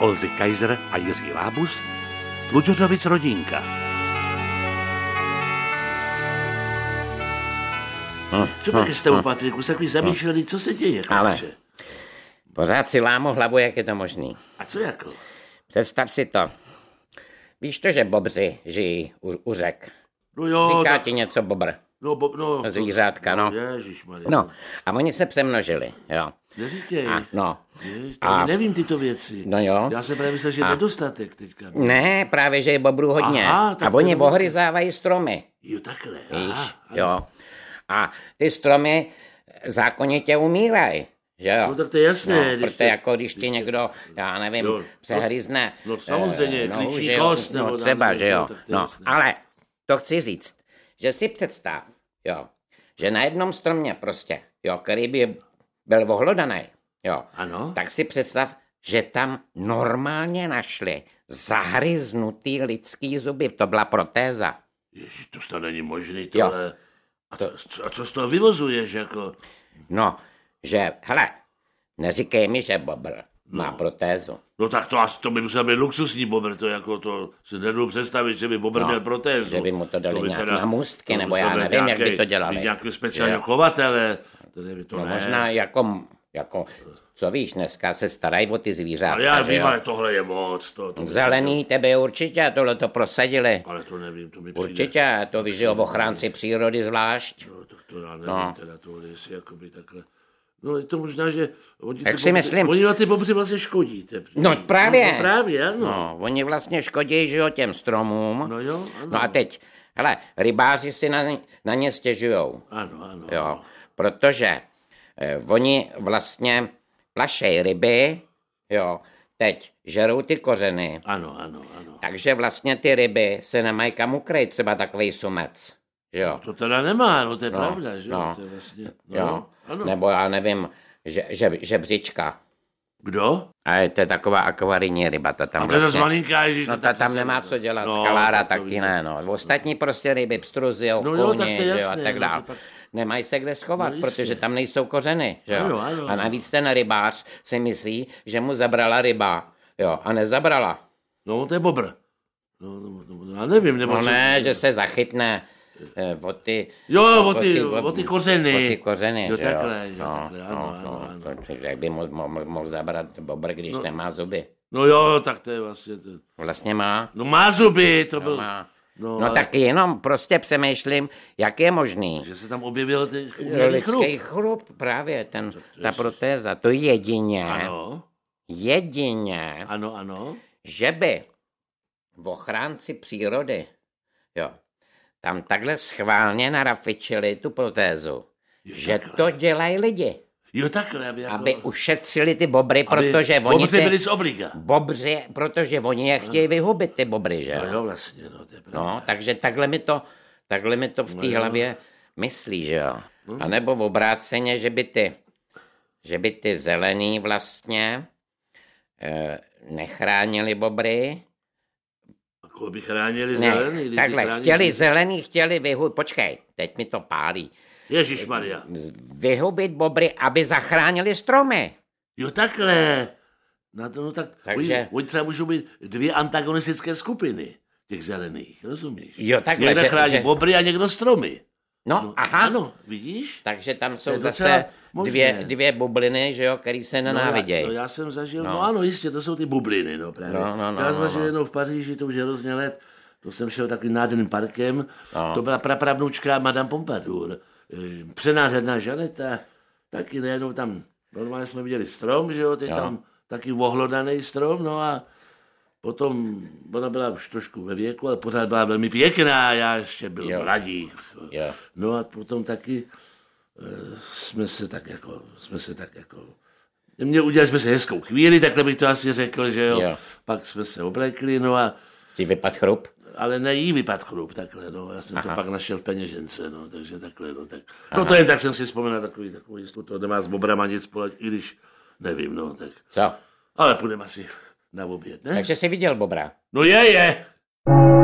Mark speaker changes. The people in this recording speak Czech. Speaker 1: Olzy Kaiser a Jiří Lábus, Tlučořovic rodinka.
Speaker 2: Hm,
Speaker 3: Co byli jste u Patriku, jste takový zamýšlený, co se děje,
Speaker 2: Ale-
Speaker 3: chlapče?
Speaker 2: Pořád si lámu hlavu, jak je to možný.
Speaker 3: A co jako?
Speaker 2: Představ si to. Víš to, že bobři žijí u, u řek.
Speaker 3: No jo,
Speaker 2: Říká
Speaker 3: tak,
Speaker 2: ti něco bobr.
Speaker 3: no, bo, no.
Speaker 2: Zvířátka, no.
Speaker 3: Ježišmarja.
Speaker 2: No, a oni se přemnožili, jo.
Speaker 3: Neříkej.
Speaker 2: A, no,
Speaker 3: Ježiš, to já nevím tyto věci.
Speaker 2: No jo.
Speaker 3: Já jsem právě myslel, že je nedostatek teďka.
Speaker 2: ne, právě, že je bobrů hodně.
Speaker 3: Aha, tak
Speaker 2: a
Speaker 3: to
Speaker 2: oni
Speaker 3: je
Speaker 2: ohryzávají stromy,
Speaker 3: Jo, takhle.
Speaker 2: víš,
Speaker 3: Aha, ano.
Speaker 2: jo. A ty stromy zákonitě umírají, že jo.
Speaker 3: No tak to je jasné.
Speaker 2: No,
Speaker 3: když
Speaker 2: protože
Speaker 3: to-
Speaker 2: jako když ti někdo, já nevím,
Speaker 3: Jo, no,
Speaker 2: přehryzne.
Speaker 3: no samozřejmě,
Speaker 2: eh,
Speaker 3: klíční
Speaker 2: že jo,
Speaker 3: kost nebo
Speaker 2: No
Speaker 3: tam
Speaker 2: třeba,
Speaker 3: něco,
Speaker 2: že jo.
Speaker 3: tak to je
Speaker 2: No,
Speaker 3: jasné.
Speaker 2: ale to chci říct, že si představ, jo, že na jednom stromě prostě, jo, který by byl ohlodaný, jo,
Speaker 3: Ano.
Speaker 2: tak si představ, že tam normálně našli zahryznutý lidský zuby, to byla protéza.
Speaker 3: Ježiš, to snad není možný,
Speaker 2: Jo.
Speaker 3: tohle. A co, co, a co z toho vyvozuješ, jako?
Speaker 2: No, že, hele, neříkej mi, že bobr má protézu.
Speaker 3: No tak to asi to by musel být luxusní bobr, to jako to si nedu představit, že by bobr
Speaker 2: No,
Speaker 3: měl protézu.
Speaker 2: že by mu to dali
Speaker 3: by
Speaker 2: nějak na můstky,
Speaker 3: to
Speaker 2: nebo
Speaker 3: musel
Speaker 2: já
Speaker 3: být
Speaker 2: nevím, jak by to dělali.
Speaker 3: být Nějaký speciální
Speaker 2: Jo.
Speaker 3: chovatele, tady by to
Speaker 2: No
Speaker 3: ne.
Speaker 2: možná jako, jako, co víš, dneska se starají o ty zvířata.
Speaker 3: ale já
Speaker 2: že
Speaker 3: vím,
Speaker 2: jo?
Speaker 3: ale tohle je moc. To, to
Speaker 2: Zelený tebe určitě, tohle to prosadili.
Speaker 3: Ale to nevím, to mi přijde.
Speaker 2: Určitě, to víš, že jo, ochránci přírody zvlášť.
Speaker 3: No, tak to já nevím, no. teda to, jestli jakoby takhle. No je to možná, že oni,
Speaker 2: Jak
Speaker 3: ty
Speaker 2: si
Speaker 3: bobři-
Speaker 2: myslím?
Speaker 3: oni na ty bobři vlastně škodí. Te,
Speaker 2: No právě.
Speaker 3: No, právě, ano. No.
Speaker 2: No, oni vlastně škodí, že jo, těm stromům.
Speaker 3: No jo, ano.
Speaker 2: No a teď, hele, rybáři si na, ně- na ně stěžujou,
Speaker 3: Ano, ano.
Speaker 2: jo, protože eh, oni vlastně plašej ryby, jo, teď žerou ty kořeny,
Speaker 3: Ano, ano, ano.
Speaker 2: takže vlastně ty ryby se nemají kam ukryt, třeba takový sumec, že jo.
Speaker 3: To teda nemá, no to je no, pravda, že jo?
Speaker 2: no.
Speaker 3: To je vlastně, no,
Speaker 2: jo.
Speaker 3: ano.
Speaker 2: Nebo já nevím, že, že, žebřička.
Speaker 3: Kdo?
Speaker 2: A to je taková akvarijní ryba, ta tam
Speaker 3: A to je
Speaker 2: vlastně...
Speaker 3: zase malinká, ježiš.
Speaker 2: No ta tam nemá co dělat, no, skalára taky ne, no. Ostatní prostě ryby, pstruzy,
Speaker 3: No jo,
Speaker 2: okuni,
Speaker 3: tak to je
Speaker 2: že jo, a
Speaker 3: jasné,
Speaker 2: tak
Speaker 3: no,
Speaker 2: dále.
Speaker 3: to pak-
Speaker 2: Nemají se kde schovat,
Speaker 3: No, jistě.
Speaker 2: protože tam nejsou kořeny, že jo.
Speaker 3: Ano, ano,
Speaker 2: a navíc ten rybář si myslí, že mu zabrala ryba, jo, a nezabrala.
Speaker 3: No to je bobr. No, no, no, no, já nevím, nebo
Speaker 2: No
Speaker 3: co-
Speaker 2: ne, že se zachytne eh, o ty...
Speaker 3: Jo, o ty- o ty kořeny.
Speaker 2: O ty kořeny,
Speaker 3: Jo,
Speaker 2: že
Speaker 3: takhle, jo,
Speaker 2: no,
Speaker 3: takhle, ano,
Speaker 2: no,
Speaker 3: ano,
Speaker 2: no,
Speaker 3: ano.
Speaker 2: To, to, jak by mu mohl, mohl zabrat bobr, když no. nemá zuby.
Speaker 3: No jo, tak to je vlastně, to...
Speaker 2: Vlastně má.
Speaker 3: no má zuby, to byl,
Speaker 2: má.
Speaker 3: no,
Speaker 2: No, no
Speaker 3: ale-
Speaker 2: tak jenom prostě přemýšlím, jak je možný.
Speaker 3: že se tam objevil ten umělý chrup.
Speaker 2: Lidský chrup, právě ten, ta protéza, to jedině,
Speaker 3: Ano,
Speaker 2: jedině,
Speaker 3: ano, ano.
Speaker 2: že by ochránci přírody, jo, tam takhle schválně narafičili tu protézu, že to dělají lidi,
Speaker 3: Jo, takhle, aby, jako,
Speaker 2: aby ušetřili ty bobry,
Speaker 3: aby
Speaker 2: protože oni
Speaker 3: bobři
Speaker 2: ty,
Speaker 3: byli z obliga.
Speaker 2: bobři, protože oni je chtějí vyhubit, ty bobry, že jo?
Speaker 3: No jo, vlastně, no, to je pravda.
Speaker 2: No, takže takhle mi to, takhle mi to v
Speaker 3: No,
Speaker 2: té hlavě myslí, že jo. A nebo v obráceně, že by ty, že by ty zelený vlastně eh, nechránili bobry.
Speaker 3: Jako by chránili
Speaker 2: Ne,
Speaker 3: zelený. když by
Speaker 2: takhle,
Speaker 3: chránili-
Speaker 2: chtěli zelený, chtěli vyhubit, počkej, teď mi to pálí.
Speaker 3: Ježišmarja.
Speaker 2: Vyhubit bobry, aby zachránili stromy.
Speaker 3: Jo, takhle. Na to, no tak,
Speaker 2: Takže-
Speaker 3: Oni, oni třeba můžou být dvě antagonistické skupiny těch zelených, rozumíš?
Speaker 2: Jo, takhle,
Speaker 3: Někde
Speaker 2: že-
Speaker 3: chrání
Speaker 2: že-
Speaker 3: bobry a někdo stromy.
Speaker 2: No, aha,
Speaker 3: Ano, vidíš?
Speaker 2: takže tam
Speaker 3: To
Speaker 2: jsou
Speaker 3: je docela
Speaker 2: zase
Speaker 3: možné.
Speaker 2: dvě, dvě bubliny, že jo, který se nenávidějí.
Speaker 3: No, já, no já jsem zažil, no. no ano, jistě, to jsou ty bubliny, no právě.
Speaker 2: No, no, no,
Speaker 3: já
Speaker 2: no,
Speaker 3: jsem zažil
Speaker 2: no.
Speaker 3: jednou v Paříži, to už je hrozně let, to jsem šel takovým nádherným parkem, no. to byla prapravnučka Madame Pompadour, eh, přenádherná Žaneta, taky najednou tam, normálně jsme viděli strom, že jo, ty tam taky ohlodaný strom, no a potom, ona byla už trošku ve věku, ale pořád byla velmi pěkná, já ještě byl
Speaker 2: Jo.
Speaker 3: mladík.
Speaker 2: Jo.
Speaker 3: No a potom taky eh, jsme se tak jako, jsme se tak jako, mě udělali jsme se hezkou chvíli, takhle bych to asi řekl, že jo.
Speaker 2: Jo.
Speaker 3: Pak jsme se oblekli, no a,
Speaker 2: Ti vypad chrup?
Speaker 3: ale ne jí vypad chrup, takhle, no. Já jsem Aha. to pak našel v peněžence, no, takže takhle, no. Tak, no to jen tak jsem si vzpomněl takový, takový jistu, to nemá s bobrama nic společ, i když nevím, no, tak.
Speaker 2: Co?
Speaker 3: Ale půjdeme asi na oběd, ne?
Speaker 2: Takže jsi viděl bobra.
Speaker 3: No je, je.